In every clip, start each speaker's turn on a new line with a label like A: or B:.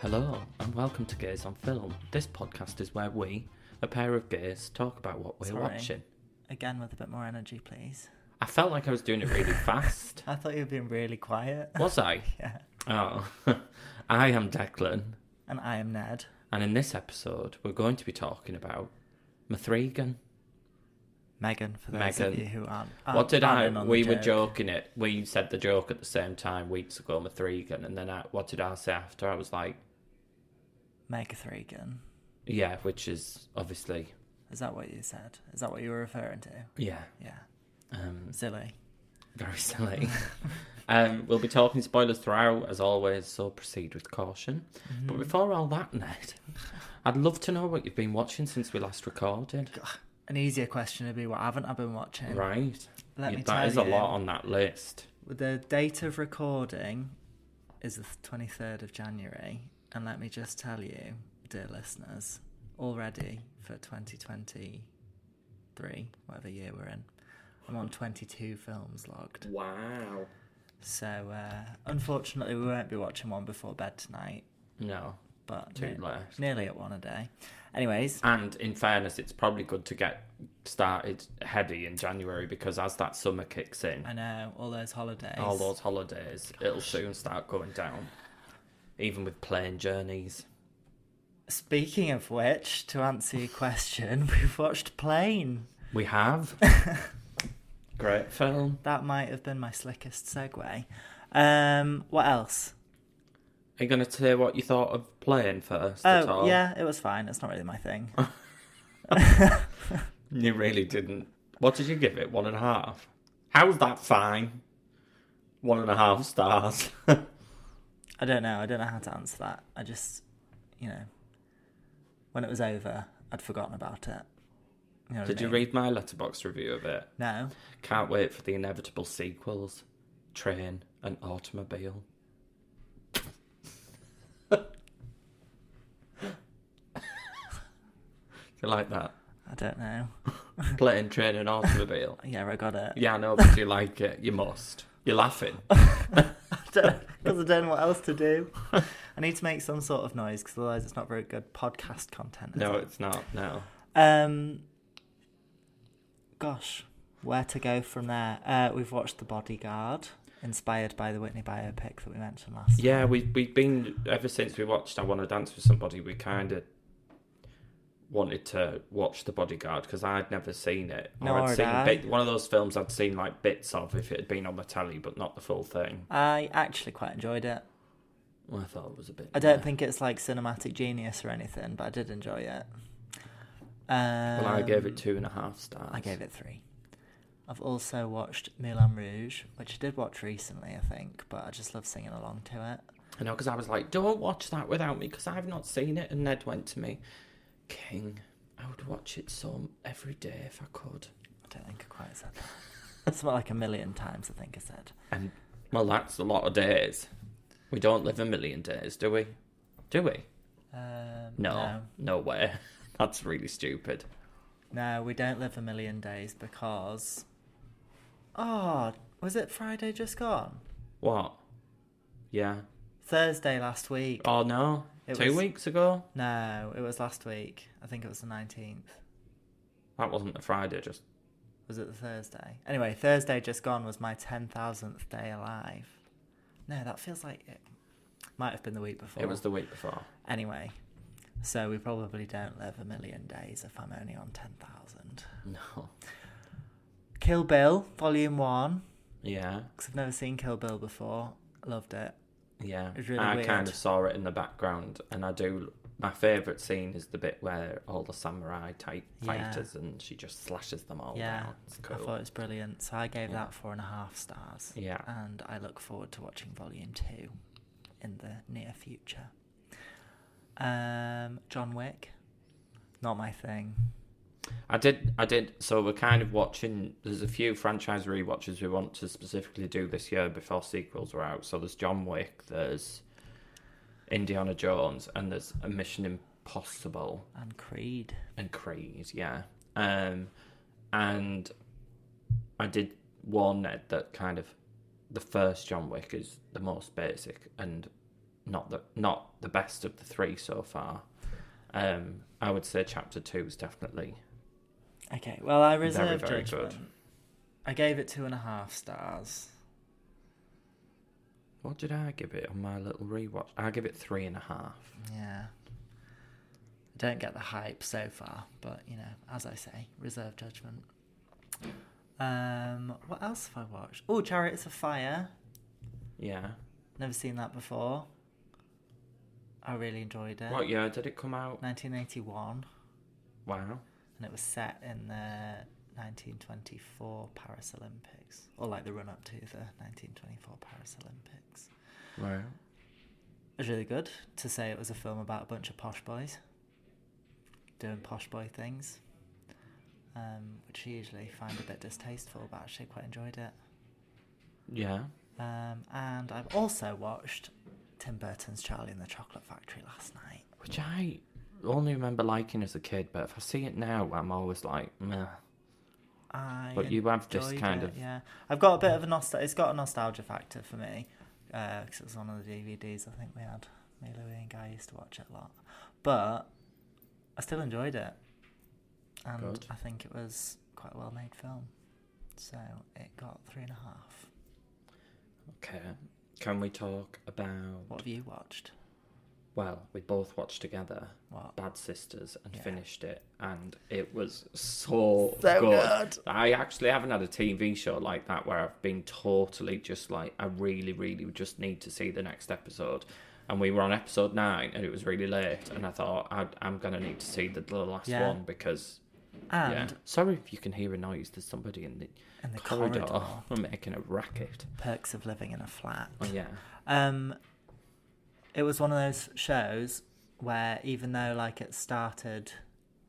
A: Hello, and welcome to Gays on Film. This podcast is where we, a pair of gays, talk about what we're
B: Sorry.
A: watching.
B: Again, with a bit more energy, please.
A: I felt like I was doing it really fast.
B: I thought you were being really quiet.
A: Was I?
B: yeah.
A: Oh. I am Declan,
B: And I am Ned.
A: and in this episode, we're going to be talking about Mathregan.
B: Megan, for those
A: Megan.
B: of you who aren't.
A: what
B: aren't-
A: did
B: aren't
A: I?
B: in Ah, on the
A: We were
B: joke.
A: joking it. We said the joke at the same time weeks ago, Mathregan, and then I, what did I say after? I was like,
B: Megathregan.
A: yeah, which is obviously,
B: Is that what you said? Is that what you were referring to?
A: yeah,
B: Yeah.
A: um,
B: Silly.
A: very silly. um, we'll be talking spoilers throughout, as always, so proceed with caution.
B: Mm-hmm.
A: But before all that, Ned, I'd love to know what you've been watching since we last recorded.
B: An easier question would be what haven't I been watching?
A: Right.
B: Let
A: Yeah,
B: me
A: that
B: tell
A: is a
B: you.
A: lot on that list.
B: The date of recording is the 23rd of January. And let me just tell you, dear listeners, already for 2023, whatever year we're in, I'm on 22 films logged.
A: Wow.
B: So uh, unfortunately, we won't be watching one before bed tonight,
A: No.
B: but
A: Too
B: ne-
A: late.
B: nearly at one a day. Anyways,
A: And in fairness, it's probably good to get started heady in January because as that summer kicks in,
B: I know all those holidays.
A: all those holidays, it'll soon start going down. Even with plane journeys.
B: Speaking of which, to answer your question, we've watched Plane.
A: We have. Great film.
B: That might have been my slickest segue. Um, what else?
A: Are you going to say what you thought of playing first at
B: Oh,
A: all?
B: yeah, it was fine. It's not really my thing.
A: You really didn't. What did you give it? One and a half? How's that fine? One and a half stars.
B: I don't know. I don't know how to answer that. I just, you know, when it was over, I'd forgotten about it. You know what I
A: Did you
B: mean?
A: read my letterbox review of it?
B: No.
A: Can't wait for the inevitable sequels Train and Automobile. you like that?
B: I don't know.
A: Plane, Train, and Automobile.
B: Yeah, I got it.
A: Yeah, I know, but you like it. You must. You're laughing.
B: Because I don't know what else to do. I need to make some sort of noise because otherwise it's not very good podcast content. is
A: No,
B: it?
A: it's not. No.
B: Um. Gosh, where to go from there? Uh, we've watched The Bodyguard, inspired by the Whitney biopic that we mentioned last.
A: Yeah, we we've been ever since we watched I Want to Dance with Somebody. We kind of wanted to watch The Bodyguard because I'd never seen it. Or
B: Nor
A: I'd
B: had
A: seen
B: I.
A: bit, one of those films I'd seen like bits of if it had been on the telly, but not the full thing.
B: I actually quite enjoyed it.
A: Well, I thought it was a bit.
B: I don't
A: meh.
B: think it's like cinematic genius or anything, but I did enjoy it. Um,
A: Well, I gave it two and a half stars.
B: I gave it three. I've also watched Moulin Rouge, which I did watch recently, I think, but I just love singing along to it.
A: I know because I was like, "Don't watch that without me," because I've not seen it. And Ned went to me, "King, I would watch it some every day if I could."
B: I don't think I quite said that. Something like a million times, I think I said.
A: And well, that's a lot of days. We don't live a million days, do we? Do we?
B: Um,
A: No,
B: no.
A: no, way. That's really stupid.
B: No, we don't live a million days because. Oh, was it Friday just gone?
A: What? Yeah.
B: Thursday last week.
A: Oh no.
B: It
A: Two
B: was-
A: weeks ago.
B: No, it was last week. I think it was the 19th.
A: That wasn't a Friday. Just
B: Was it the Thursday? Anyway, Thursday just gone was my 10,000th day alive. No, that feels like it might have been the week before.
A: it was the week before.
B: Anyway, so we probably don't live a million days if I'm only on 10,000.
A: No.
B: Kill Bill, Volume 1.
A: Yeah.
B: Because I've never seen Kill Bill before. Loved it.
A: Yeah.
B: It's really
A: I
B: weird.
A: kind of saw it in the background, and I do my favourite scene is the bit where all the samurai type
B: Yeah.
A: fighters and she just slashes them all
B: yeah,
A: down. It's cool.
B: I thought it was brilliant. So I gave
A: Yeah.
B: that four and a half stars.
A: Yeah.
B: And I look forward to watching volume two in the near future. Um, John Wick, not my thing.
A: I did. I did. So we're kind of watching. There's a few franchise rewatches we want to specifically do this year before sequels are out. So there's John Wick, there's Indiana Jones, and there's a Mission Impossible
B: And Creed.
A: and Creed. Yeah. Um, and I did warn Ned that kind of the first John Wick is the most basic and not the not the best of the three so far. Um, I would say Chapter Two is definitely
B: Okay, well I
A: Very,
B: reserve
A: very good.
B: judgment. I gave it two and a half stars.
A: What did I give it on my little rewatch? I give it three and a half.
B: Yeah. Don't get the hype so far, but you know, as I say, reserve judgment. Um, what else have I watched? Oh, Chariots of Fire.
A: Yeah.
B: Never seen that before. I really enjoyed it.
A: What year did it come out?
B: 1981,
A: Wow.
B: and it was set in the 1924 Paris Olympics, or like the run up to the 1924 Paris Olympics.
A: Wow.
B: It was really good to say it was a film about a bunch of posh boys doing posh boy things, um, which I usually find a bit distasteful, but actually quite enjoyed it.
A: Yeah.
B: Um, and I've also watched Tim Burton's Charlie and the Chocolate Factory last night.
A: Which I only remember liking as a kid, but if I see it now, I'm always like, meh.
B: I
A: But you have this
B: enjoyed
A: kind
B: it,
A: of-
B: yeah. I've got a bit of a nostalgia. It's got a nostalgia factor for me because it was one of the DVDs I think we had. Me, Louie, and Guy used to watch it a lot, but I still enjoyed it, and
A: Good.
B: I think it was quite a well-made film. So it got three and a half.
A: Okay. Can we talk about.
B: What have you watched?
A: Well, we both watched together
B: What?
A: Bad Sisters and
B: Yeah.
A: finished it, and it was so,
B: So
A: good.
B: good.
A: I actually haven't had a TV show like that where I've been totally just like, I really, really just need to see the next episode. And we were on episode nine, and it was really late, and I thought i I'm gonna need to see the, the last
B: Yeah.
A: one because. yeah.
B: And
A: Sorry if you can hear a noise. There's somebody in the,
B: In the
A: corridor.
B: corridor.
A: We're making a racket.
B: Perks of Living in a Flat.
A: Oh yeah.
B: Um, it was one of those shows where even though like it started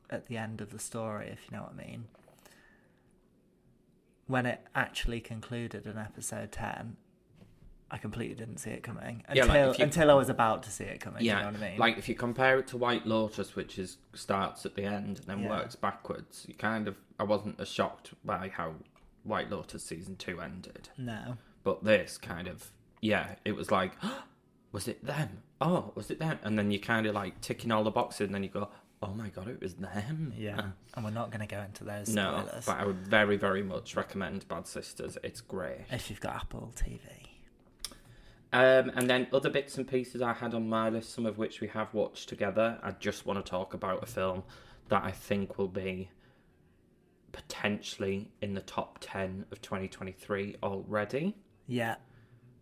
B: at the end of the story, if you know what I mean, when it actually concluded in episode ten, I completely didn't see it coming
A: Yeah,
B: until
A: like, if you-
B: until I was about to see it coming.
A: Yeah.
B: you know what I mean?
A: Like if you compare it to White Lotus, which is starts at the end and then
B: Yeah.
A: works backwards, you kind of I wasn't as shocked by how White Lotus season two ended.
B: no,
A: But this kind of, yeah, it was like, was it them? Oh, was it them? And then you kind of like ticking all the boxes, and then you go, oh my god, it was them. Uh,
B: and we're not going to go into those
A: No,
B: spoilers
A: but I would very, very much recommend Bad Sisters. It's great.
B: if you've got Apple TV.
A: Um, and then other bits and pieces I had on my list, some of which we have watched together. I just want to talk about a film that I think will be potentially in the top 10 of 2023 already,
B: Yeah,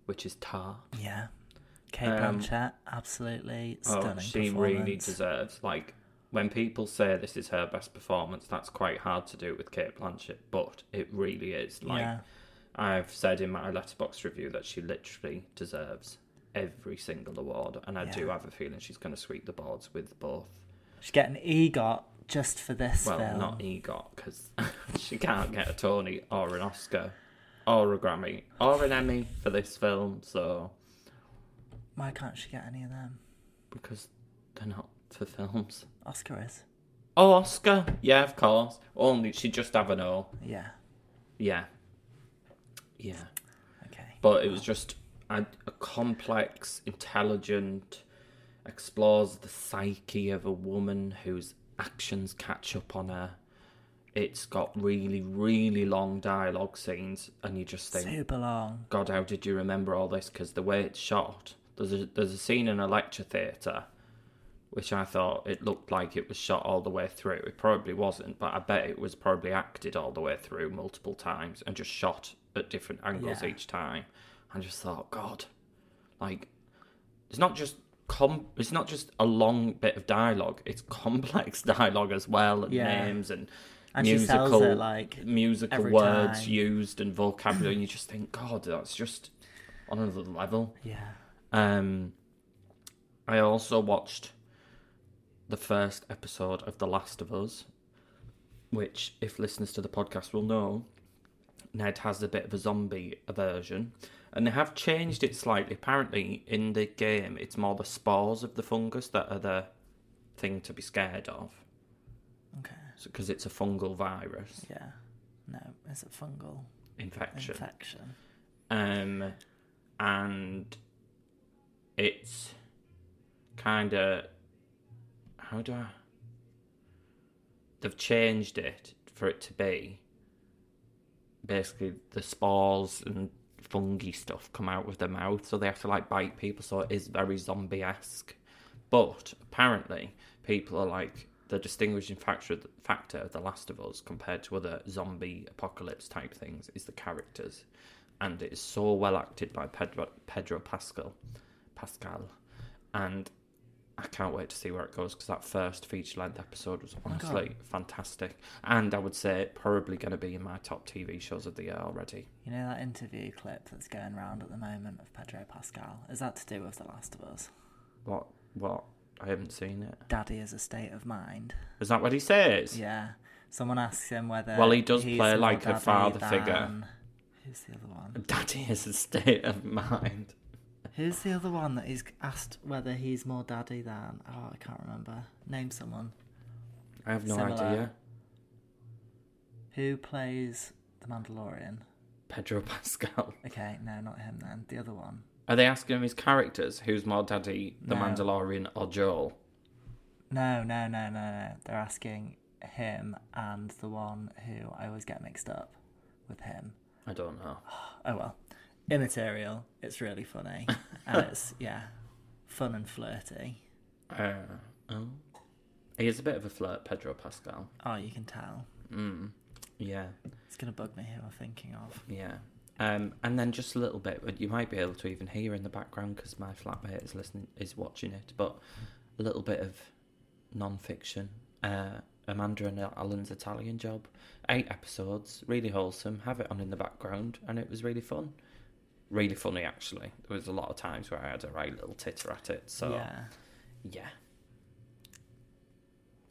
A: which is Tar.
B: yeah. Kate
A: Um,
B: Blanchett, absolutely
A: Oh,
B: stunning
A: she
B: performance.
A: really deserves. Like when people say this is her best performance, that's quite hard to do with Kate Blanchett, but it really is. Like
B: Yeah.
A: I've said in my letterbox review that she literally deserves every single award, and I do
B: Yeah.
A: have a feeling she's going to sweep the boards with both.
B: She's getting E EGOT just for this
A: Well,
B: film.
A: not E EGOT because she can't get a Tony or an Oscar or a Grammy or an Emmy for this film. So
B: Why can't she get any of them?
A: because they're not for films.
B: Oscar is.
A: Oh, Oscar. Yeah, of course. Only she just have an O.
B: Yeah.
A: Yeah. Yeah.
B: Okay.
A: But it was just a, a complex, intelligent, explores the psyche of a woman whose actions catch up on her. It's got really, really long dialogue scenes, and you just think,
B: Super long.
A: God, how did you remember all this? Because the way it's shot, there's a, there's a scene in a lecture theatre, which I thought it looked like it was shot all the way through. It probably wasn't, but I bet it was probably acted all the way through multiple times and just shot at different angles
B: Yeah.
A: each time. I just thought, God, like, it's not just com. It's not just a long bit of dialogue. It's complex dialogue as well, and
B: Yeah.
A: names and,
B: And she
A: musical
B: sells it, like,
A: musical
B: every
A: words
B: time.
A: used and vocabulary. and you just think, God, that's just on another level.
B: Yeah.
A: Um, I also watched the first episode of The Last of Us, which, if listeners to the podcast will know, Ned has a bit of a zombie aversion. And they have changed it slightly. Apparently, in the game, it's more the spores of the fungus that are the thing to be scared of
B: Okay.
A: because it's a fungal virus
B: Yeah. No, it's a fungal
A: infection.
B: infection.
A: um, and it's kind of how do I? They've changed it for it to be basically the spores and fungi stuff come out of their mouth, so they have to like bite people. So it is very zombie esque, but apparently people are like. The distinguishing factor factor of The Last of Us compared to other zombie apocalypse type things is the characters and it is so well acted by Pedro, Pedro Pascal, Pascal, and I can't wait to see where it goes because that first feature length episode was
B: Oh my God.
A: honestly fantastic, and I would say probably going to be in my top TV shows of the year already.
B: You know that interview clip that's going round at the moment of Pedro Pascal? Is that to do with The Last of Us?
A: What? What? I haven't seen it.
B: Daddy is a state of mind.
A: Is that what he says?
B: Yeah. Someone asks him whether.
A: Well, he does
B: he's
A: play
B: more
A: like a
B: daddy
A: father figure.
B: than- Who's the other one?
A: Daddy is a state of mind.
B: Who's the other one that he's asked whether he's more daddy than? Oh, I can't remember. Name someone
A: I have no
B: Similar.
A: idea.
B: who plays the Mandalorian.
A: Pedro Pascal.
B: Okay, no, not him then. The other one.
A: Are they asking him his characters? Who's more daddy, the
B: No.
A: Mandalorian or Joel?
B: No, no, no, no, no. They're asking him and the one who I always get mixed up with him.
A: I don't know.
B: Oh well, immaterial. It's really funny, and it's yeah, fun and flirty.
A: Uh, oh. He is a bit of a flirt, Pedro Pascal.
B: Oh, you can tell.
A: Mm. Yeah,
B: It's gonna bug me who I'm thinking of.
A: yeah. Um, and then just a little bit, but you might be able to even hear in the background because my flatmate is listening, is watching it. But a little bit of non-fiction. Uh, Amanda and Alan's Italian Job, eight episodes, really wholesome. Have it on in the background, and it was really fun. Really funny, actually. There was a lot of times where I had a right little titter at it. So yeah,
B: yeah,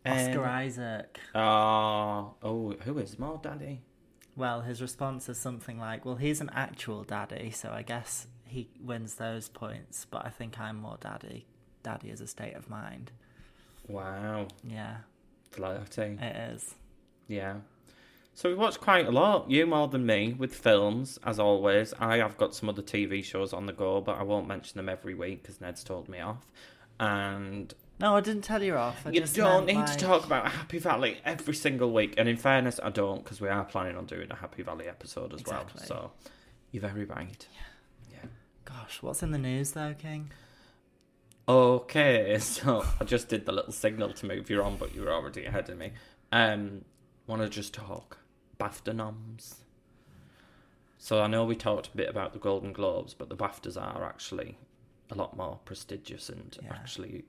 A: Um,
B: Oscar Isaac.
A: Oh, oh, who is more daddy?
B: Well, his response is something like, "Well, he's an actual daddy, so I guess he wins those points." But I think I'm more daddy. Daddy is a state of mind.
A: Wow,
B: Yeah,
A: flirting.
B: it is.
A: Yeah. So we watched quite a lot. You more than me with films, as always. I have got some other TV shows on the go, but I won't mention them every week because Ned's told me off. And
B: No, I didn't tell you off. I
A: you
B: just
A: don't
B: meant,
A: need
B: like-
A: to talk about Happy Valley every single week. And in fairness, I don't because we are planning on doing a Happy Valley episode as
B: Exactly.
A: well. So you're very right.
B: Gosh, what's in the news though, King?
A: Okay, so I just did the little signal to move you on, but you were already ahead of me. Um, want to just talk BAFTA noms. So I know we talked a bit about the Golden Globes, but the BAFTAs are actually a lot more prestigious and
B: Yeah.
A: actually,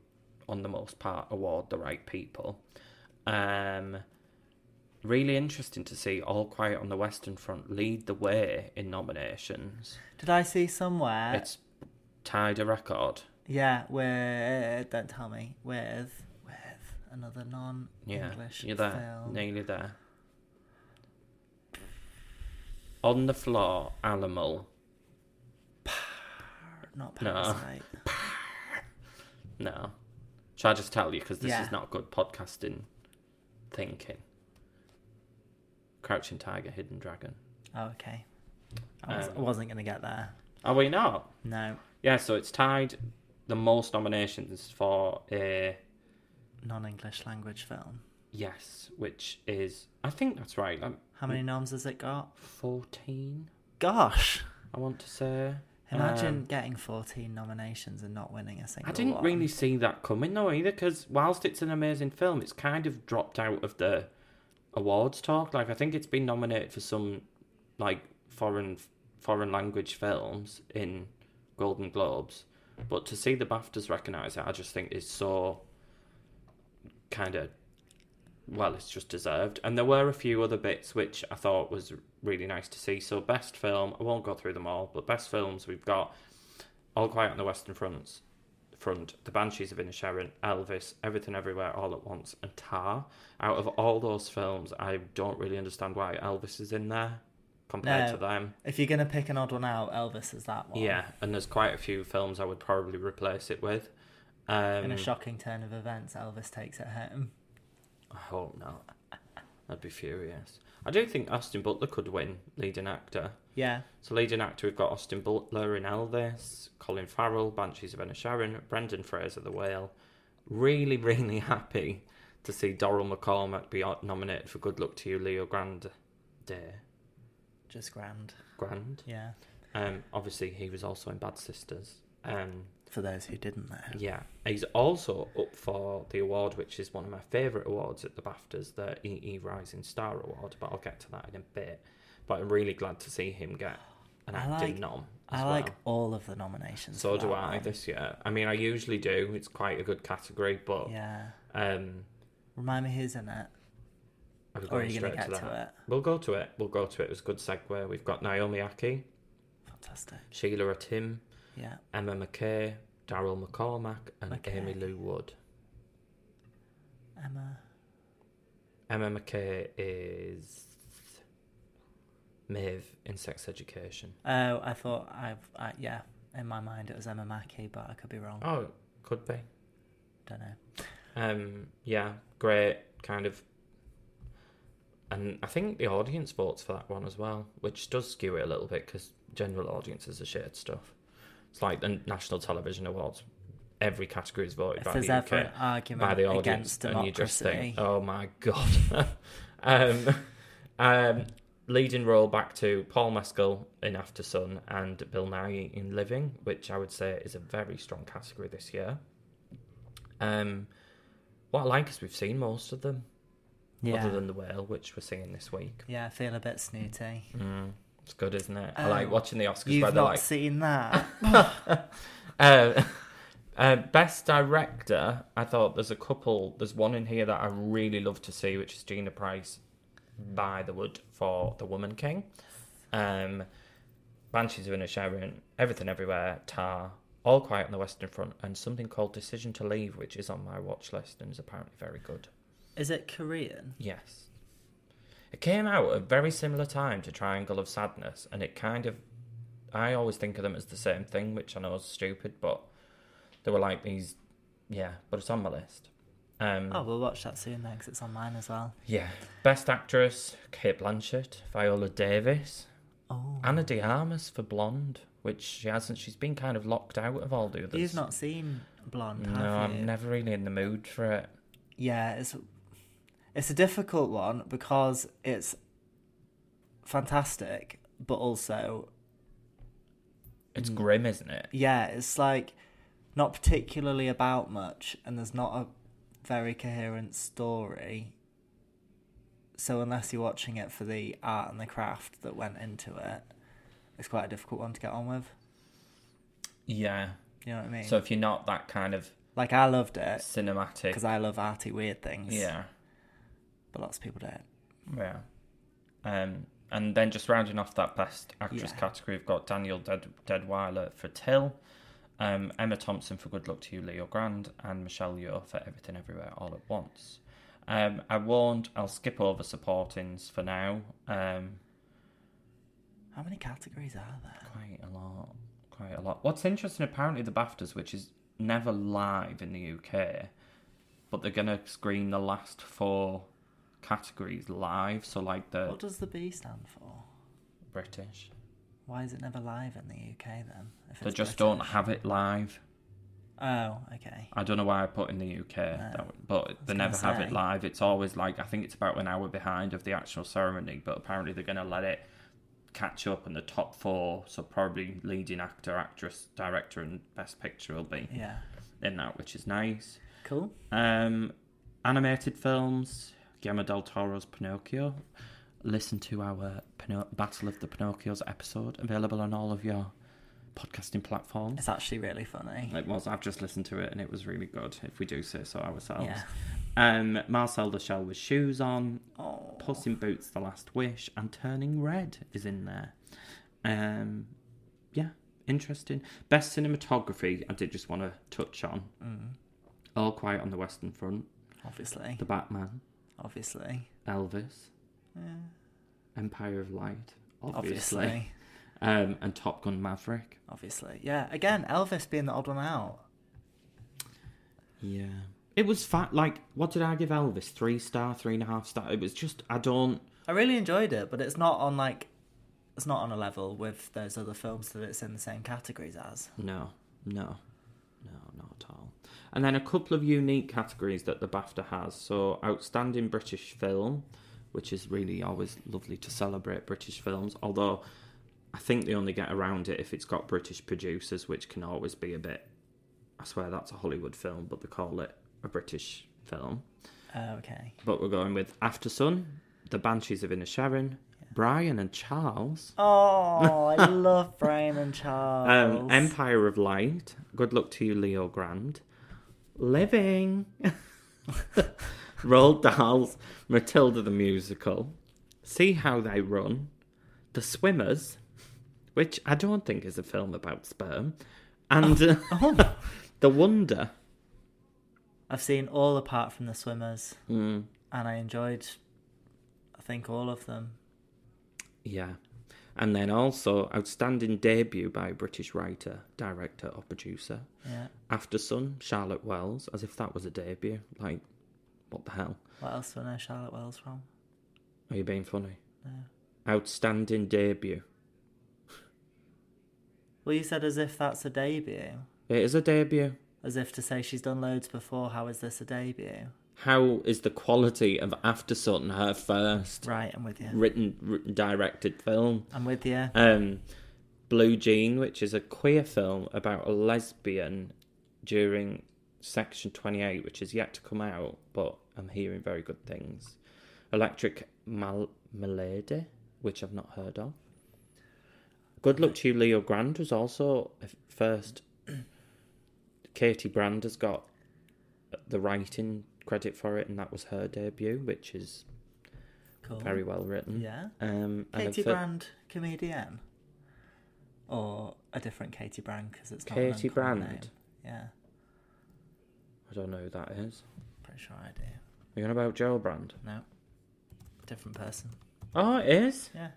A: on the most part, award the right people. Um, really interesting to see All Quiet on the Western Front lead the way in nominations.
B: Did I see somewhere?
A: it's tied a record.
B: Yeah, with don't tell me with with another non-English
A: you're there,
B: film.
A: nearly there. On the floor, animal.
B: Not
A: No.
B: Parasite.
A: No, shall I just tell you because this
B: Yeah.
A: is not good podcasting thinking. Crouching tiger, hidden dragon.
B: Oh, okay. I, was,
A: Um,
B: I wasn't gonna get there.
A: Are we not?
B: No,
A: Yeah, so it's tied the most nominations for a
B: non-English language film.
A: yes, which is I think that's right. Um,
B: How many noms has it got?
A: fourteen,
B: Gosh,
A: I want to say.
B: imagine
A: Um,
B: getting fourteen nominations and not winning a single.
A: I didn't
B: one.
A: really see that coming though either, because whilst it's an amazing film, it's kind of dropped out of the awards talk. Like I think it's been nominated for some like foreign foreign language films in Golden Globes, But to see the BAFTAs recognise it, I just think is so kind of well, it's just deserved. And there were a few other bits which I thought was really nice to see. So best film, I won't go through them all, but best films we've got All Quiet on the Western Fronts, Front, The Banshees of Inisherin, Elvis, Everything Everywhere All at Once, and Tar. Out of all those films, I don't really understand why Elvis is in there compared
B: No.
A: to them.
B: If you're gonna pick an odd one out, Elvis is that one.
A: Yeah, and there's quite a few films I would probably replace it with. Um,
B: In a shocking turn of events, Elvis takes it home.
A: I hope not. I'd be furious. I do think Austin Butler could win leading actor.
B: Yeah.
A: So leading actor, we've got Austin Butler in Elvis, Colin Farrell, Banshees of Inisherin, Brendan Fraser, The Whale. Really, really happy to see Doral McCormack be nominated for Good Luck to You, Leo Grande.
B: Just grand.
A: Grand.
B: Yeah.
A: Um, obviously, he was also in Bad Sisters. Um,
B: For those who didn't know.
A: Yeah, he's also up for the award, which is one of my favourite awards at the BAFTAs, the EE Rising Star Award. But I'll get to that in a bit. But I'm really glad to see him get an
B: I
A: acting
B: like-
A: nom. As
B: I
A: well.
B: like all of the nominations.
A: So
B: for
A: do
B: that
A: I
B: one.
A: this year. I mean, I usually do. It's quite a good category, but
B: Yeah.
A: um,
B: Remind me who's in it.
A: I was
B: Or are
A: going
B: you gonna
A: straight to
B: get
A: that.
B: to it?
A: We'll go to it. We'll go to it. It was a good segue. We've got Naomi Aki,
B: Fantastic.
A: Sheila Atim,
B: Yeah.
A: Emma McKay, Daryl McCormack, and
B: McKay.
A: Amy Lou Wood.
B: Emma.
A: Emma McKay is Maeve in Sex Education.
B: Oh, I thought I've. I, yeah. In my mind, it was Emma Mackey, but I could be wrong.
A: Oh, could be.
B: Don't know.
A: Um, yeah, great kind of. And I think the audience votes for that one as well, which does skew it a little bit because general audiences are shared stuff. It's like the National Television Awards. Every category is voted
B: If
A: by
B: there's
A: the UK.
B: ever an argument
A: by the audience,
B: against
A: and
B: democracy,
A: you just think, "Oh my god!" um, um, leading role back to Paul Mescal in After Sun and Bill Nye in Living, which I would say is a very strong category this year. Um, what I like is we've seen most of them,
B: yeah.
A: "Oh, other than the whale, which we're seeing this week.
B: yeah, I feel a bit snooty.
A: Mm, it's good, isn't it? I
B: Oh,
A: like watching the Oscars where
B: You've
A: they're
B: not
A: like,
B: seen that.
A: uh, uh, best director, I thought there's a couple. There's one in here that I really love to see, which is Gina Price by the Wood for The Woman King. Um, Banshees of Inisherin, Everything Everywhere, Tar, All Quiet on the Western Front, and something called Decision to Leave, which is on my watch list and is apparently very good.
B: Is it Korean?
A: Yes. It came out at a very similar time to Triangle of Sadness, and it kind of. I always think of them as the same thing, which I know is stupid, but they were like these. Yeah, but it's on my list. Um,
B: Oh, we'll watch that soon then, 'cause it's on mine as well.
A: Yeah. Best Actress, Kate Blanchett, Viola Davis,
B: Oh,
A: Anna de Armas for Blonde, which she hasn't. She's been kind of locked out of all the others.
B: you've not seen Blonde, have
A: No,
B: you?
A: I'm never really in the mood for it.
B: Yeah, it's it's a difficult one because it's fantastic, but also
A: It's
B: Mm.
A: grim, isn't it?
B: yeah, it's like not particularly about much, and there's not a very coherent story. So unless you're watching it for the art and the craft that went into it, it's quite a difficult one to get on with.
A: Yeah.
B: You know what I mean?
A: So if you're not that kind of
B: like I loved it
A: cinematic.
B: because I love arty weird things.
A: Yeah.
B: but lots of people don't.
A: Yeah. Um, and then just rounding off that best actress
B: Yeah.
A: category, we've got Daniel Dead- Deadwyler for Till, um, Emma Thompson for Good Luck to You, Leo Grand, and Michelle Yeoh for Everything Everywhere All at Once. Um, I warned I'll skip over supportings for now. Um,
B: How many categories are there?
A: quite a lot, quite a lot. What's interesting, apparently, the BAFTAs, which is never live in the UK, but they're gonna screen the last four categories live. So like the
B: What does the B stand for?
A: British.
B: Why is it never live in the UK then? If
A: They
B: it's
A: just
B: British?
A: don't have it live.
B: Oh, okay.
A: I don't know why I put in the UK, that w- but they
B: gonna
A: never have it
B: say.
A: live. It's always like I think it's about an hour behind of the actual ceremony, but apparently they're going to let it catch up, and the top four, so probably leading actor, actress, director, and best picture will be
B: Yeah.
A: in that, which is nice.
B: Cool.
A: Um, animated films, Guillermo del Toro's Pinocchio. Listen to our Pino- Battle of the Pinocchios episode, available on all of your podcasting platform.
B: It's actually really funny.
A: It was. I've just listened to it and it was really good. If we do say so ourselves.
B: Yeah.
A: Um, Marcel the Shell with shoes on.
B: Oh.
A: Puss in Boots: The Last Wish and Turning Red is in there. Um, yeah, interesting. Best cinematography. I did just want to touch on
B: Mm,
A: All Quiet on the Western Front,
B: obviously.
A: The Batman,
B: Obviously.
A: Elvis,
B: Yeah.
A: Empire of Light, obviously,
B: Obviously.
A: Um, and Top Gun: Maverick.
B: Obviously. Yeah. Again, Elvis being the odd one out.
A: Yeah. It was fat. Like, what did I give Elvis? Three star, three and a half star. It was just, I don't.
B: I really enjoyed it, but it's not on like it's not on a level with those other films that it's in the same categories as.
A: No, no, no, not at all. And then a couple of unique categories that the BAFTA has. So, Outstanding British Film, which is really always lovely to celebrate British films, although I think they only get around it if it's got British producers, which can always be a bit. I swear that's a Hollywood film, but they call it a British film.
B: Oh, okay.
A: But we're going with After Sun, The Banshees of Inisherin, Brian and Charles,
B: Oh, I love Brian and Charles.
A: um, Empire of Light, Good Luck to You, Leo Grand, Living, Roald Dahl's Matilda the Musical, See How They Run, The Swimmers, which I don't think is a film about sperm, and
B: Oh.
A: uh, The Wonder.
B: I've seen all apart from the swimmers,
A: Mm.
B: and I enjoyed, I think, all of them.
A: Yeah. And then also outstanding debut by a British writer, director, or producer.
B: Yeah.
A: After Sun, Charlotte Wells, as if that was a debut. Like, what the hell?
B: What else do I know Charlotte Wells from?
A: Are you being funny?
B: No.
A: Outstanding debut.
B: Well, you said as if that's a debut,
A: It is a debut.
B: as if to say she's done loads before. How is this a debut?
A: How is the quality of After Sun her first
B: Right, I'm with you.
A: written, written directed film?
B: I'm with you.
A: Um, Blue Jean, which is a queer film about a lesbian during Section 28, which is yet to come out, but I'm hearing very good things. Electric Mal- Milady, which I've not heard of. Good Luck to You, Leo Grand was also a f- first. Katie Brand has got the writing credit for it, and that was her debut, which is
B: Cool.
A: very well written.
B: Oh. Yeah.
A: Um, and a
B: Katie
A: fil-
B: Brand comedian, or a different Katie Brand because it's not an
A: Katie
B: uncommon
A: Brand?
B: name. Yeah,
A: I don't know who that is.
B: pretty sure I do.
A: Are you on about Gerald Brand?
B: No, different person.
A: Oh, it is.
B: Yeah.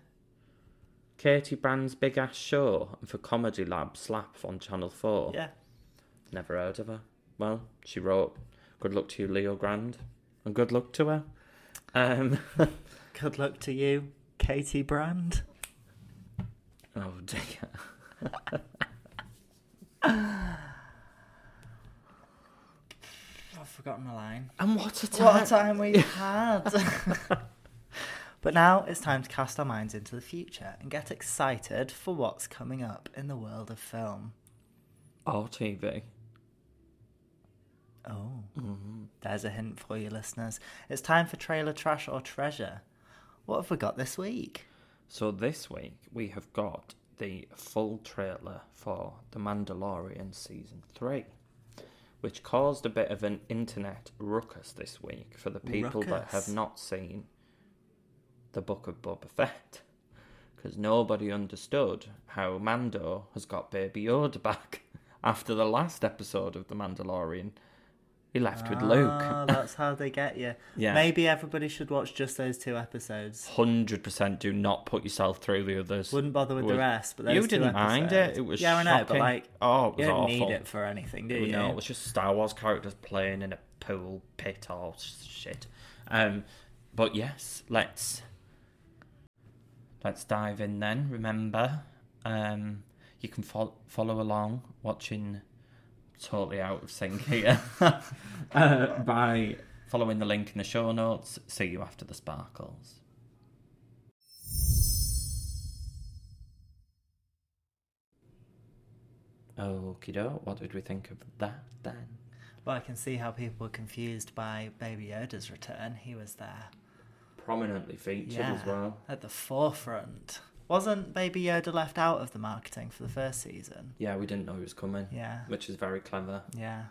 A: Katie Brand's Big Ass Show and for Comedy Lab Slap on Channel 4.
B: Yeah.
A: Never heard of her. Well, she wrote Good Luck to You, Leo Grand, and good luck to her. Um,
B: Good luck to you, Katie Brand.
A: oh, dear.
B: I've forgotten my line.
A: And what a time.
B: What a time we've had. but now it's time to cast our minds into the future and get excited for what's coming up in the world of film.
A: Or TV.
B: Oh.
A: Mm-hmm.
B: There's a hint for you, listeners. It's time for trailer trash or treasure. What have we got this week?
A: So this week we have got the full trailer for The Mandalorian Season 3, which caused a bit of an internet ruckus this week for the people that
B: Ruckus?
A: have not seen The Book of Boba Fett. Because nobody understood how Mando has got Baby Yoda back after the last episode of The Mandalorian. He left with
B: Ah,
A: Luke.
B: that's how they get you.
A: Yeah.
B: Maybe everybody should watch just those two episodes.
A: 100% do not put yourself through the others.
B: Wouldn't bother with the
A: Was-
B: rest, but those
A: you
B: two
A: didn't mind
B: episodes-
A: it. It was
B: yeah, I know, but
A: shocking.
B: like,
A: oh, it was
B: you don't
A: awful.
B: need it for anything, do you?
A: No, it was just Star Wars characters playing in a pool pit or shit. Um, but yes, let's let's dive in then. Remember, um, you can fol- follow along watching totally out of sync here uh, by following the link in the show notes. See you after the sparkles. Okie doke, what did we think of that then?
B: Well, I can see how people were confused by Baby Yoda's return. He was there.
A: Prominently featured
B: Yeah,
A: as well.
B: at the forefront. Wasn't Baby Yoda left out of the marketing for the first season?
A: Yeah, we didn't know he was coming.
B: Yeah.
A: Which is very clever.
B: Yeah.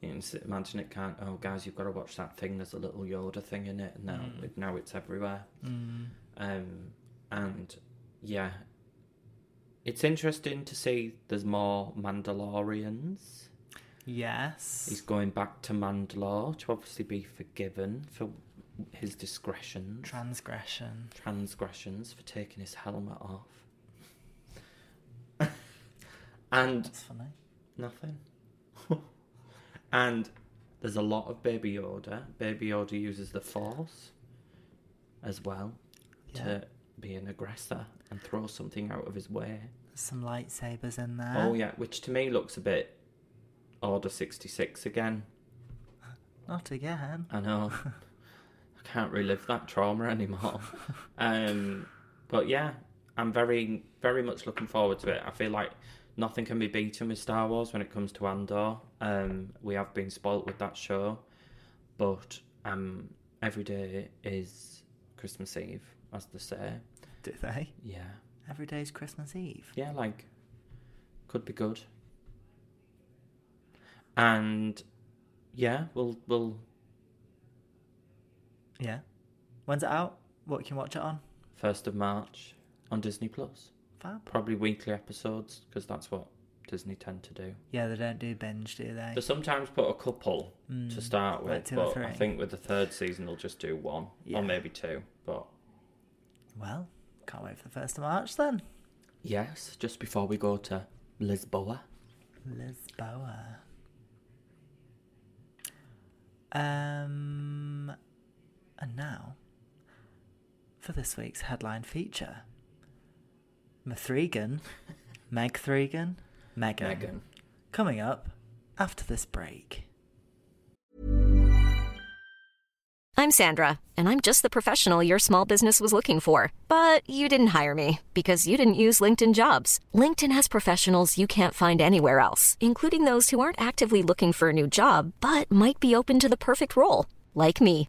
A: You can s- imagine it can't. Oh, guys, you've got to watch that thing. There's a little Yoda thing in it. Now,
B: Mm.
A: it, now it's everywhere.
B: Mm.
A: Um, and yeah, it's interesting to see there's more Mandalorians.
B: Yes.
A: He's going back to Mandalore to obviously be forgiven for his discretion,
B: Transgression.
A: transgressions for taking his helmet off. and
B: That's funny.
A: nothing. and there's a lot of Baby Yoda. Baby Yoda uses the Force as well
B: Yeah.
A: to be an aggressor and throw something out of his way.
B: Some lightsabers in there.
A: Oh yeah, which to me looks a bit Order sixty six again.
B: Not again.
A: I know. I can't relive that trauma anymore. Um, but yeah, I'm very, very much looking forward to it. I feel like nothing can be beaten with Star Wars when it comes to Andor. Um, we have been spoilt with that show, but um, every day is Christmas Eve, as they say.
B: Do they?
A: Yeah,
B: Every day's Christmas Eve.
A: yeah, like could be good. And yeah, we'll we'll
B: Yeah. When's it out? What can you watch it on?
A: first of March on Disney Plus.
B: Fab.
A: Probably weekly episodes because that's what Disney tend to do.
B: Yeah, they don't do binge, do they?
A: They sometimes put a couple to
B: Mm,
A: start
B: like
A: with,
B: two or
A: but I
B: three.
A: think with the third season they'll just do one
B: Yeah.
A: or maybe two. But
B: Well, can't wait for the 1st of March then.
A: yes, just before we go to Lisboa,
B: Lisboa. Um, and now for this week's headline feature. Mathregan, Meg Thregan, Megan.
A: Megan.
B: Coming up after this break.
C: I'm Sandra, and I'm just the professional your small business was looking for. But you didn't hire me because you didn't use LinkedIn jobs. LinkedIn has professionals you can't find anywhere else, including those who aren't actively looking for a new job but might be open to the perfect role, like me.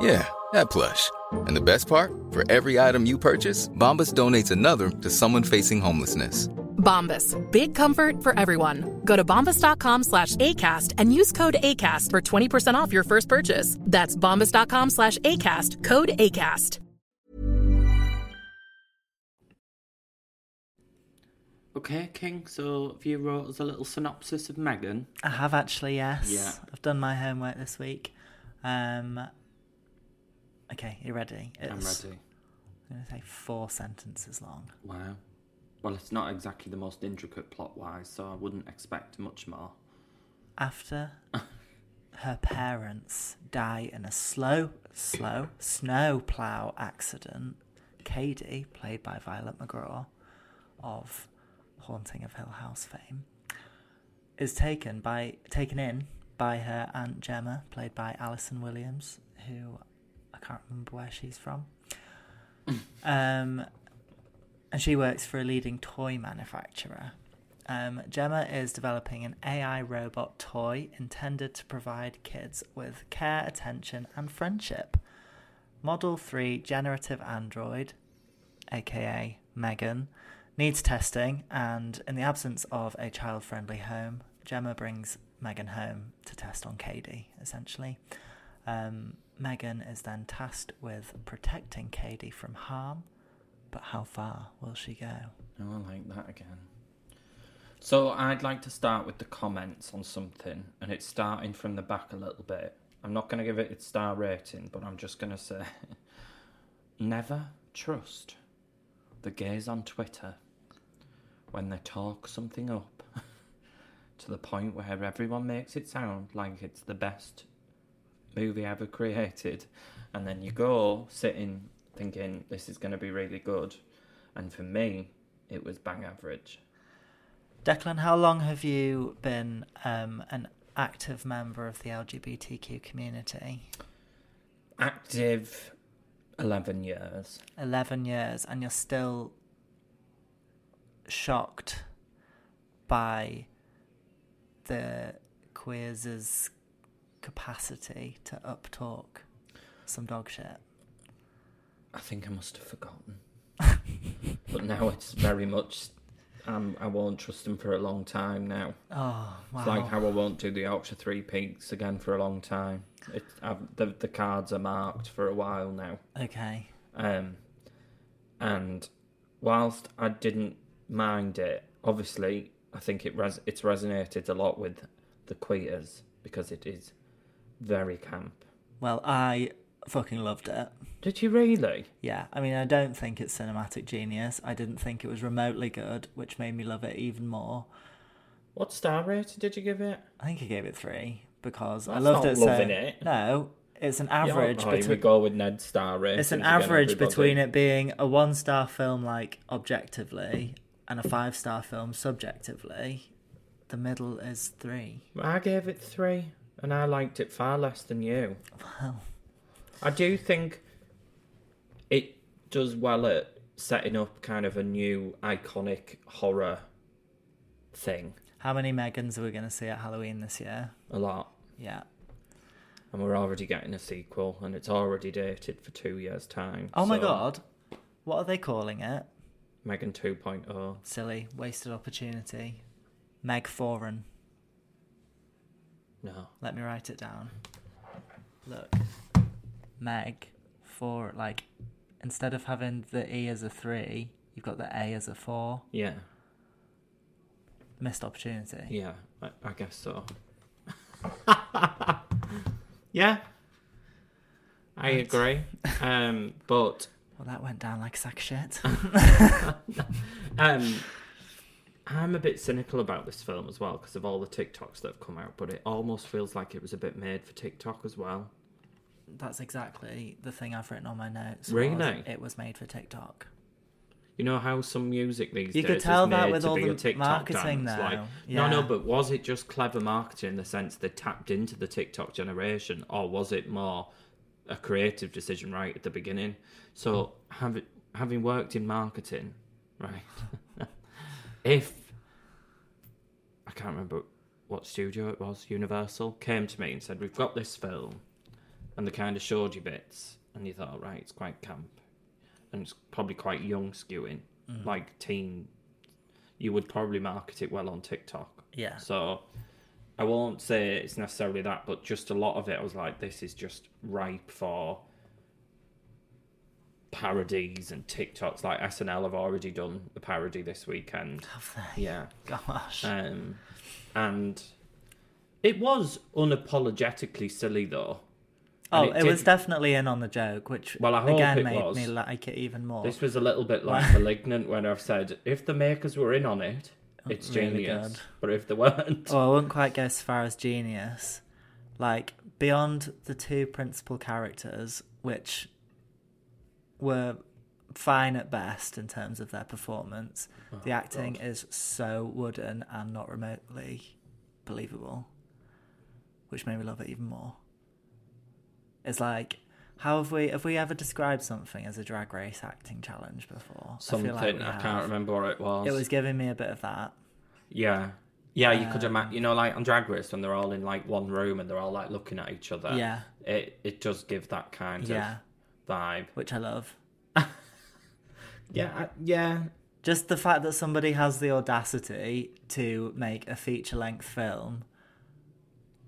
D: Yeah, that plush. And the best part? For every item you purchase, Bombas donates another to someone facing homelessness.
E: Bombas. Big comfort for everyone. Go to bombas.com slash ACAST and use code ACAST for 20% off your first purchase. That's bombas.com slash ACAST, code ACAST.
A: Okay, King. So have you wrote us a little synopsis of Megan?
B: I have actually, yes.
A: Yeah.
B: I've done my homework this week. Um, okay, you ready? It's-
A: I'm ready.
B: I'm going to say four sentences long.
A: Wow. Well, it's not exactly the most intricate plot-wise, so I wouldn't expect much more.
B: after her parents die in a slow, slow snow plow accident, Katie, played by Violet McGraw, of Haunting of Hill House fame, is taken by taken in by her aunt Gemma, played by Alison Williams, who I can't remember where she's from. um, and she works for a leading toy manufacturer. Um, Gemma is developing an AI robot toy intended to provide kids with care, attention, and friendship. Model 3 generative android, aka Megan, needs testing, and in the absence of a child friendly home, Gemma brings Megan home to test on Katie, essentially. Um, Megan is then tasked with protecting Katie from harm, but how far will she go?
A: Oh, I like that again. So I'd like to start with the comments on something, and it's starting from the back a little bit. I'm not going to give it its star rating, but I'm just going to say never trust the gays on Twitter when they talk something up to the point where everyone makes it sound like it's the best movie ever created, and then you go sitting thinking this is going to be really good, and for me, it was bang average.
B: Declan, how long have you been um, an active member of the LGBTQ community?
A: Active 11 years.
B: 11 years, and you're still shocked by the queers' capacity to uptalk some dog shit.
A: I think I must have forgotten. but now it's very much. Um, I won't trust them for a long time now.
B: Oh, wow.
A: It's like how I won't do the Yorkshire Three Peaks again for a long time. It, I've, the, the cards are marked for a while now.
B: Okay.
A: Um, and whilst I didn't mind it, obviously I think it res- it's resonated a lot with the queers because it is very camp.
B: Well, I fucking loved it.
A: Did you really?
B: Yeah, I mean, I don't think it's cinematic genius. I didn't think it was remotely good, which made me love it even more.
A: What star rating did you give it?
B: I think I gave it three because I
A: That's
B: loved
A: not
B: it. so-
A: loving it.
B: No, it's an average.
A: Yeah, oh, here we
B: between,
A: go with Ned's star rating.
B: it's an average between it being a one-star film, like objectively, and a five-star film subjectively. The middle is three.
A: I gave it three, and I liked it far less than you.
B: Wow.
A: I do think it does well at setting up kind of a new iconic horror thing
B: How many Megans are we going to see at Halloween this year?
A: a lot.
B: Yeah.
A: And we're already getting a sequel, and it's already dated for two years' time.
B: Oh my
A: so
B: god, what are they calling it?
A: Megan oh, 2.0.
B: Silly, wasted opportunity. Meg Foran.
A: No.
B: Let me write it down. Look, Meg for like instead of having the E as a three, you've got the A as a four.
A: Yeah.
B: Missed opportunity.
A: Yeah. I, I guess so. yeah. I agree. Um, but
B: Well, that went down like a sack of shit.
A: Um, I'm a bit cynical about this film as well because of all the TikToks that have come out, but it almost feels like it was a bit made for TikTok as well.
B: That's exactly the thing I've written on my notes. was
A: Really?
B: it was made for TikTok.
A: You know how some music these
B: You
A: days
B: could tell
A: is
B: that
A: made
B: with
A: to
B: all
A: be
B: the
A: a TikTok
B: marketing
A: dance.
B: now.
A: Like,
B: Yeah.
A: No, no, but was it just clever marketing in the sense they tapped into the TikTok generation, or was it more a creative decision right at the beginning? So, having having worked in marketing, right? if I can't remember what studio it was, Universal came to me and said, "We've got this film," and they kind of showed you bits, and you thought, "Right, it's quite camp, and it's probably quite young skewing,
B: Mm-hmm.
A: like teen." You would probably market it well on TikTok.
B: Yeah.
A: So I won't say it's necessarily that, but just a lot of it, I was like, this is just ripe for parodies and TikToks. Like SNL have already done a parody this weekend.
B: Have they?
A: Yeah.
B: Gosh.
A: Um, and it was unapologetically silly, though.
B: oh,
A: and
B: it,
A: it
B: was
A: did-
B: definitely in on the joke, which
A: Well, I hope
B: again
A: it
B: made
A: was.
B: me like it even more.
A: This was a little bit like malignant when I've said if the makers were in on it, it's
B: Oh, Really
A: genius.
B: good.
A: But if they weren't,
B: Oh, I wouldn't quite go so far as genius. Like, beyond the two principal characters, which were fine at best in terms of their performance,
A: Oh,
B: the acting is so wooden and not remotely believable, which made me love it even more. It's like, how have we have we ever described something as a drag race acting challenge before?
A: something
B: I, feel
A: I,
B: like we have.
A: can't remember what it was.
B: It was giving me a bit of that.
A: Yeah. Yeah, you
B: Um,
A: could imagine, you know, like on Drag Race when they're all in like one room and they're all like looking at each other.
B: Yeah.
A: It it does give that kind
B: Yeah.
A: of vibe.
B: Which I love.
A: Yeah, I, yeah.
B: just the fact that somebody has the audacity to make a feature length film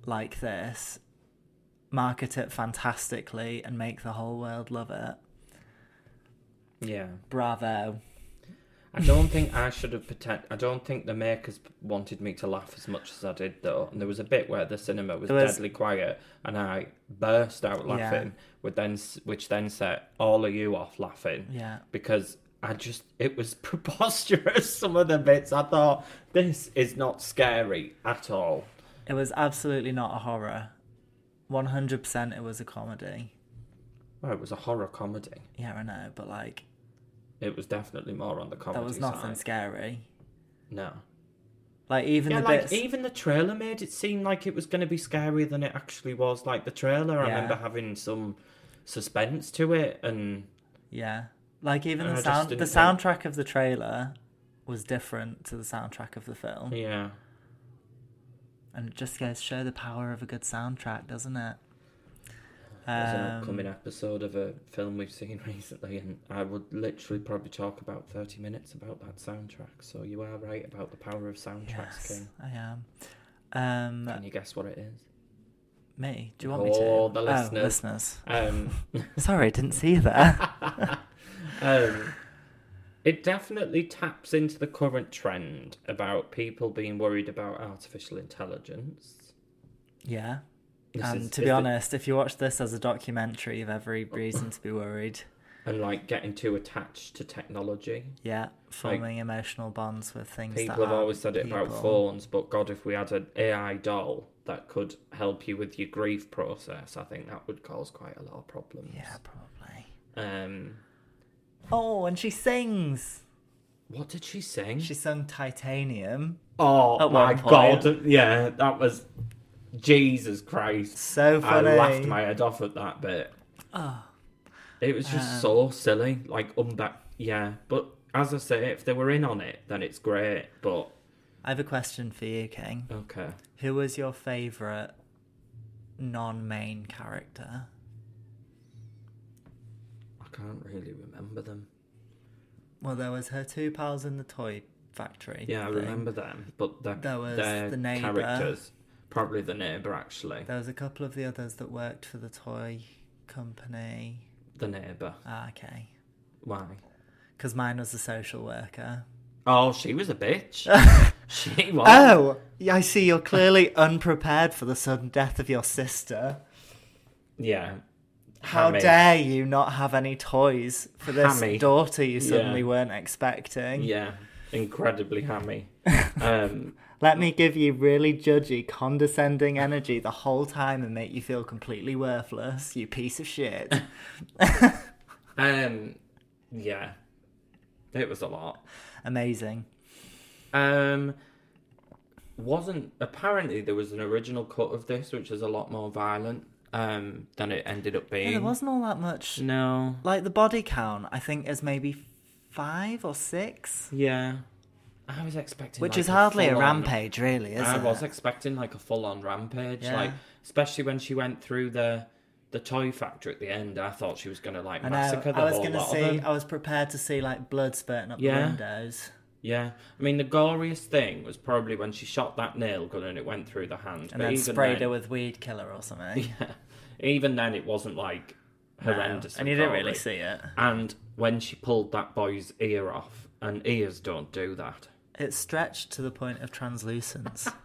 B: like this, market it fantastically, and make the whole world love it.
A: Yeah.
B: Bravo.
A: I don't think I should have pretend. I don't think the makers wanted me to laugh as much as I did, though. And there was a bit where the cinema was,
B: There was-
A: deadly quiet, and I burst out laughing, with then s- which then set all of you off laughing.
B: Yeah.
A: because I just it was preposterous. Some of the bits I thought this is not scary at all.
B: It was absolutely not a horror. 100% it was a comedy.
A: Well, it was a horror comedy.
B: Yeah, I know, but like,
A: It was definitely more on the comedy
B: there was nothing
A: side.
B: scary.
A: No,
B: Like even
A: yeah,
B: the
A: like
B: bits.
A: even the trailer made it seem like it was going to be scarier than it actually was. Like the trailer, I
B: Yeah.
A: remember having some suspense to it, and
B: Yeah, like even
A: And
B: the
A: I just
B: sound. The
A: didn't think-
B: soundtrack of the trailer was different to the soundtrack of the film,
A: yeah,
B: and it just goes show the power of a good soundtrack, doesn't it?
A: there's an
B: Um,
A: upcoming episode of a film we've seen recently, and I would literally probably talk about thirty minutes about that soundtrack. So you are right about the power of soundtracks,
B: yes,
A: King.
B: I am. Um,
A: Can you guess what it is?
B: me? Do you want me to?
A: Oh, the listeners.
B: Oh, listeners.
A: Um,
B: Sorry, didn't see you there.
A: um, it definitely taps into the current trend about people being worried about artificial intelligence.
B: yeah.
A: This
B: And
A: is-
B: to
A: is the-
B: be honest, if you watch this as a documentary, you've every reason to be worried.
A: and like getting too attached to technology.
B: Yeah, forming emotional bonds with things. that
A: People have
B: aren't
A: always said it about
B: people.
A: phones, but God, if we had an AI doll that could help you with your grief process, I think that would cause quite a lot of problems.
B: Yeah, probably.
A: Um,
B: Oh, and she sings.
A: what did she sing?
B: She sung Titanium.
A: Oh
B: At
A: my
B: one point.
A: god! Yeah, that was Jesus Christ.
B: So funny. Oh,
A: I laughed my head off at that bit. It was
B: Uh.
A: just so silly, like unback. Yeah, but as I say, if they were in on it, then it's great. But
B: I have a question for you, King.
A: okay,
B: Who was your favourite non-main character?
A: I can't really remember them.
B: Well, there was her two pals in the toy factory.
A: Yeah, I
B: thing.
A: remember them, but their,
B: There was
A: their
B: the neighbour.
A: characters, probably the neighbor actually,
B: There was a couple of the others that worked for the toy company.
A: the neighbor.
B: Ah, okay.
A: Why?
B: Because mine was a social worker.
A: Oh, she was a bitch. she was.
B: Oh, yeah, I see. You're clearly unprepared for the sudden death of your sister.
A: yeah.
B: How
A: Hammy.
B: dare you not have any toys for this
A: Hammy.
B: daughter you suddenly
A: Yeah.
B: weren't expecting?
A: Yeah, incredibly hammy. Um,
B: Let me give you really judgy, condescending energy the whole time and make you feel completely worthless, you piece of shit.
A: um, yeah, it was a lot.
B: Amazing.
A: Um, wasn't apparently there was an original cut of this, which is a lot more violent um, than it ended up being.
B: Yeah, there wasn't all that much.
A: No.
B: Like the body count, I think is maybe five or six,
A: Yeah, I was expecting,
B: which
A: like,
B: is hardly a
A: full-on-
B: rampage, really, is
A: I
B: it?
A: was expecting like a full-on rampage,
B: Yeah.
A: like especially when she went through the the toy factory at the end. I thought she was gonna like
B: I know.
A: massacre the
B: I was
A: whole
B: gonna
A: lot of
B: see.
A: them.
B: I was prepared to see like blood spurting up the
A: Yeah.
B: windows.
A: Yeah, I mean the goriest thing was probably when she shot that nail gun and it went through the hand.
B: and then
A: even
B: sprayed
A: then,
B: her with weed killer or something.
A: even then it wasn't like
B: No,
A: horrendous.
B: and you didn't
A: gory.
B: really see it.
A: And when she pulled that boy's ear off, and ears don't do that.
B: It stretched to the point of translucence.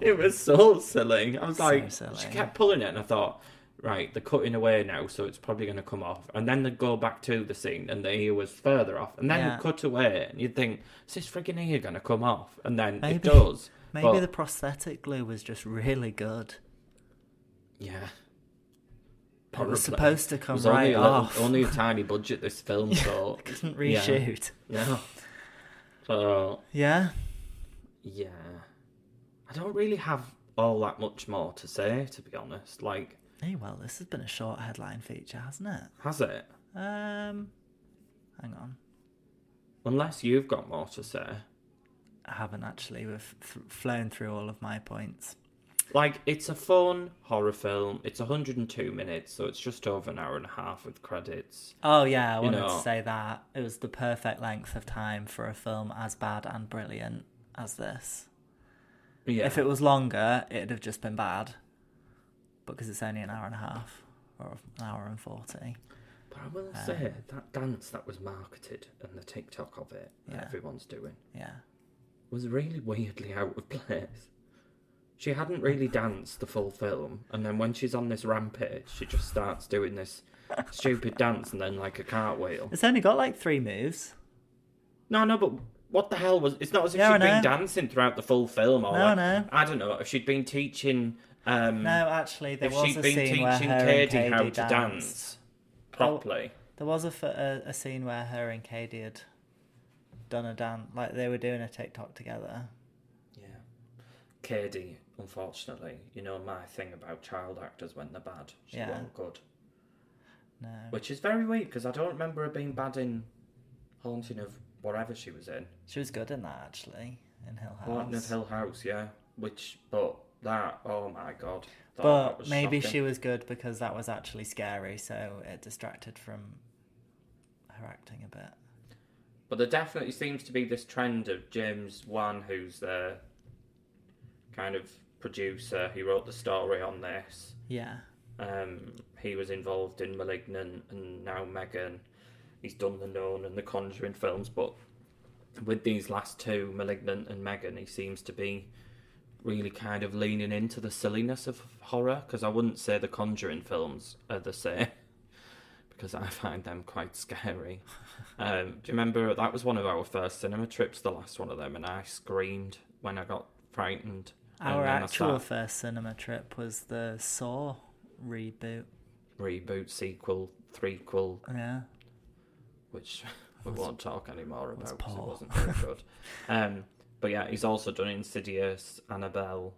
A: It was so silly. I was
B: So
A: like,
B: silly.
A: she kept pulling it, and I thought, right, they're cutting away now, so it's probably going to come off. And then they go back to the scene, and the ear was further off, and then
B: Yeah.
A: they cut away, and you'd think, is this frigging ear going to come off? And then
B: Maybe-
A: it does.
B: Maybe
A: but-
B: the prosthetic glue was just really good.
A: yeah.
B: It was
A: Probably.
B: supposed to
A: It
B: come
A: was
B: right
A: only a little-
B: off.
A: only a tiny budget this film, so
B: Couldn't
A: yeah.
B: reshoot.
A: No. So
B: Yeah.
A: yeah, I don't really have all that much more to say, to be honest. Like,
B: Hey, well, this has been a short headline feature, hasn't it?
A: has it?
B: Um, hang on.
A: Unless you've got more to say.
B: I haven't actually. We've th- flown through all of my points.
A: Like, it's a fun horror film. It's 102 minutes, so it's just over an hour and a half with credits.
B: Oh yeah, I
A: You
B: wanted
A: know.
B: to say that it was the perfect length of time for a film as bad and brilliant as this.
A: Yeah.
B: If it was longer, it'd have just been bad. But because it's only an hour and a half or an hour and 40.
A: But I will
B: Uh.
A: say, that dance that was marketed and the TikTok of it that
B: Yeah.
A: everyone's doing
B: Yeah.
A: was really weirdly out of place. She hadn't really danced the full film, and then when she's on this rampage, she just starts doing this stupid dance and then like a cartwheel.
B: It's only got like three moves.
A: No, no, but what the hell was? It's not as if
B: Yeah, I
A: she'd been
B: know.
A: dancing throughout the full film, or
B: No, I
A: like,
B: know.
A: I don't know if she'd been teaching. Um,
B: No, actually, there
A: if
B: was
A: she'd
B: a
A: been
B: scene
A: teaching
B: where her
A: Cady,
B: and
A: how
B: Katie
A: to
B: danced. Oh.
A: dance properly.
B: There was a, f- a, a scene where her and Katie had done a dance, like they were doing a TikTok together.
A: Yeah. KD, unfortunately, you know my thing about child actors when they're bad. She
B: Yeah.
A: wasn't good.
B: No.
A: Which is very weird because I don't remember her being bad in Haunting of whatever she was in.
B: She was good in that actually, in Hill House.
A: Haunting of Hill House, yeah. Which, but that, oh my god. That, that
B: But
A: was
B: maybe
A: shocking.
B: she was good because that was actually scary, so it distracted from her acting a bit.
A: But there definitely seems to be this trend of James Wan, who's the kind of producer who wrote the story on this.
B: Yeah.
A: Um, he was involved in Malignant and now Megan. He's done the Known and the Conjuring films, but with these last two, Malignant and Megan, he seems to be really kind of leaning into the silliness of horror because I wouldn't say the Conjuring films are the same because I find them quite scary. Um, do you remember that was one of our first cinema trips, the last one of them, and I screamed when I got frightened. and
B: Our
A: then I
B: actual
A: started-
B: first cinema trip was the Saw reboot.
A: reboot, sequel, threequel,
B: Yeah.
A: which we won't talk anymore
B: was
A: about because it
B: poor.
A: wasn't very good. um, but yeah, he's also done Insidious, Annabelle,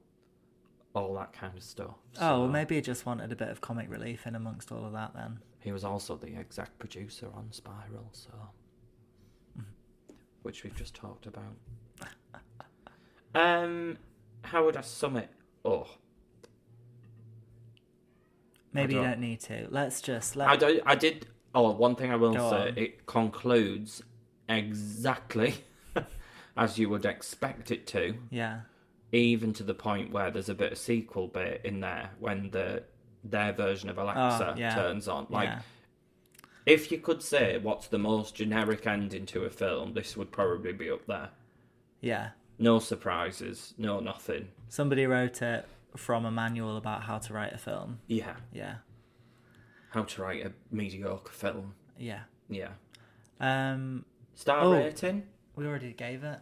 A: all that kind of stuff.
B: Oh, well,
A: So
B: maybe he just wanted a bit of comic relief in amongst all of that then.
A: He was also the exec producer on Spiral, so.
B: Mm-hmm.
A: Which we've just talked about. Um, how would I sum it up?
B: Maybe you
A: don't-
B: don't need to. Let's just let
A: I, do, I did. Oh, one thing I will
B: Go
A: say:
B: on.
A: it concludes exactly as you would expect it to.
B: Yeah.
A: even to the point where there's a bit of sequel bit in there when the their version of Alexa
B: Oh, yeah.
A: turns on. Like,
B: yeah.
A: if you could say what's the most generic ending to a film, this would probably be up there.
B: Yeah.
A: No surprises, no nothing.
B: Somebody wrote it from a manual about how to write a film.
A: Yeah,
B: Yeah.
A: how to write a mediocre film.
B: Yeah.
A: Yeah,
B: Um
A: star
B: Oh.
A: rating.
B: we already gave it.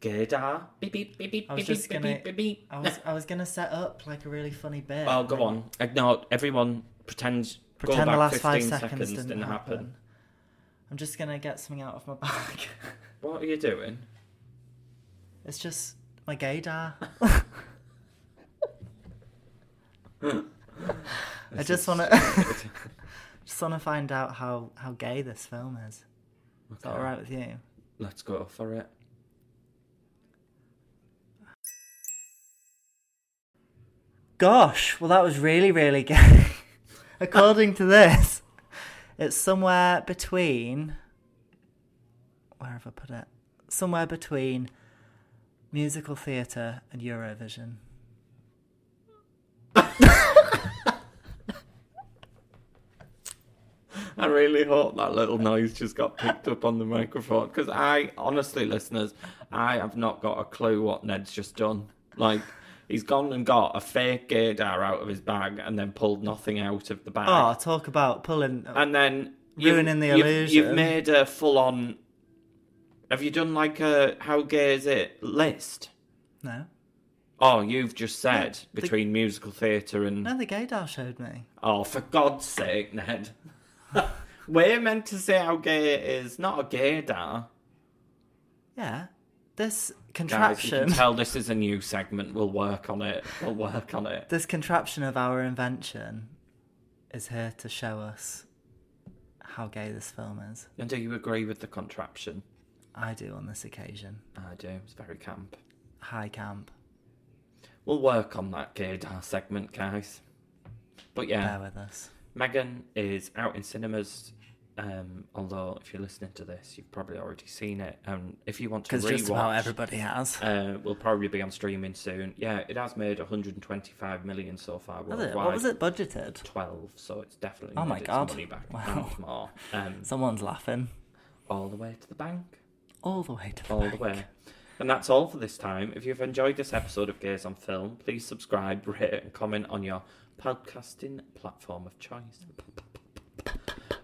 A: Gadar. Beep beep beep beep
B: I was
A: beep
B: just
A: beep
B: gonna-
A: beep beep. beep.
B: I was I was gonna set up like a really funny bit.
A: Well, go on. Ignore everyone. Pretend. go
B: Pretend
A: back
B: the last
A: 15
B: five seconds,
A: didn't, happen.
B: I'm just gonna get something out of my bag.
A: What are you doing?
B: it's just my gaydar. I just wanna just wanna find out how, how gay this film is. Is that
A: Okay.
B: alright with you?
A: Let's go for it.
B: Gosh, well, that was really, really gay. According to this, it's somewhere between. Where have I put it? Somewhere between musical theatre and Eurovision.
A: I really hope that little noise just got picked up on the microphone because I, honestly, listeners, I have not got a clue what Ned's just done. Like, he's gone and got a fake gaydar out of his bag and then pulled nothing out of the bag.
B: Oh, talk about pulling.
A: and then.
B: Ruining the
A: You've, you've
B: illusion.
A: made a full on. Have you done like a how gay is it list?
B: no.
A: Oh, you've just said
B: the-
A: between musical theatre and.
B: No, the gaydar showed me.
A: Oh, for God's sake, Ned. We're meant to say how gay it is, not a gaydar.
B: Yeah. This
A: Guys, you
B: contraption.
A: can tell this is a new segment. We'll work on it. We'll work on it.
B: this contraption of our invention is here to show us how gay this film is.
A: And do you agree with the contraption?
B: I do on this occasion.
A: I do. It's very camp.
B: Hi, camp.
A: We'll work on that gaydar segment, guys. But yeah,
B: Bear with us.
A: Megan is out in cinemas. Um, although, if you're listening to this, you've probably already seen it. And if you want to
B: Because
A: rewatch,
B: just about everybody has.
A: uh, will probably be on streaming soon. Yeah, it has made 125 million so far
B: Was
A: worldwide.
B: it? What was it budgeted?
A: 12, so it's definitely
B: Oh
A: made
B: my
A: its
B: God.
A: money back
B: Wow.
A: and more. Um,
B: Someone's laughing.
A: all the way to the bank.
B: All the way to the
A: All the
B: bank.
A: way. And that's all for this time. If you've enjoyed this episode of Gaze on Film, please subscribe, rate, and comment on your podcasting platform of choice.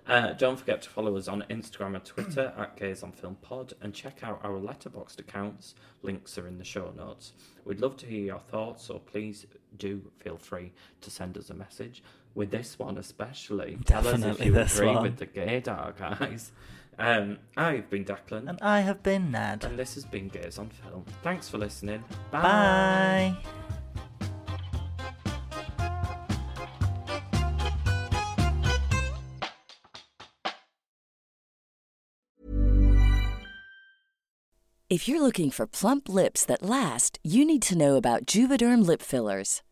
A: Uh, don't forget to follow us on Instagram and Twitter at Gaze on Film Pod and check out our letterboxed accounts. Links are in the show notes. We'd love to hear your thoughts, so please do feel free to send us a message. with this one especially. Tell us if
B: Definitely
A: you
B: this
A: agree
B: one.
A: with the gaydar, guys. Um, I've been Declan,
B: And I have been Ned.
A: and this has been Gays on Film. Thanks for listening.
B: Bye.
F: If you're looking for plump lips that last, you need to know about Juvederm lip fillers.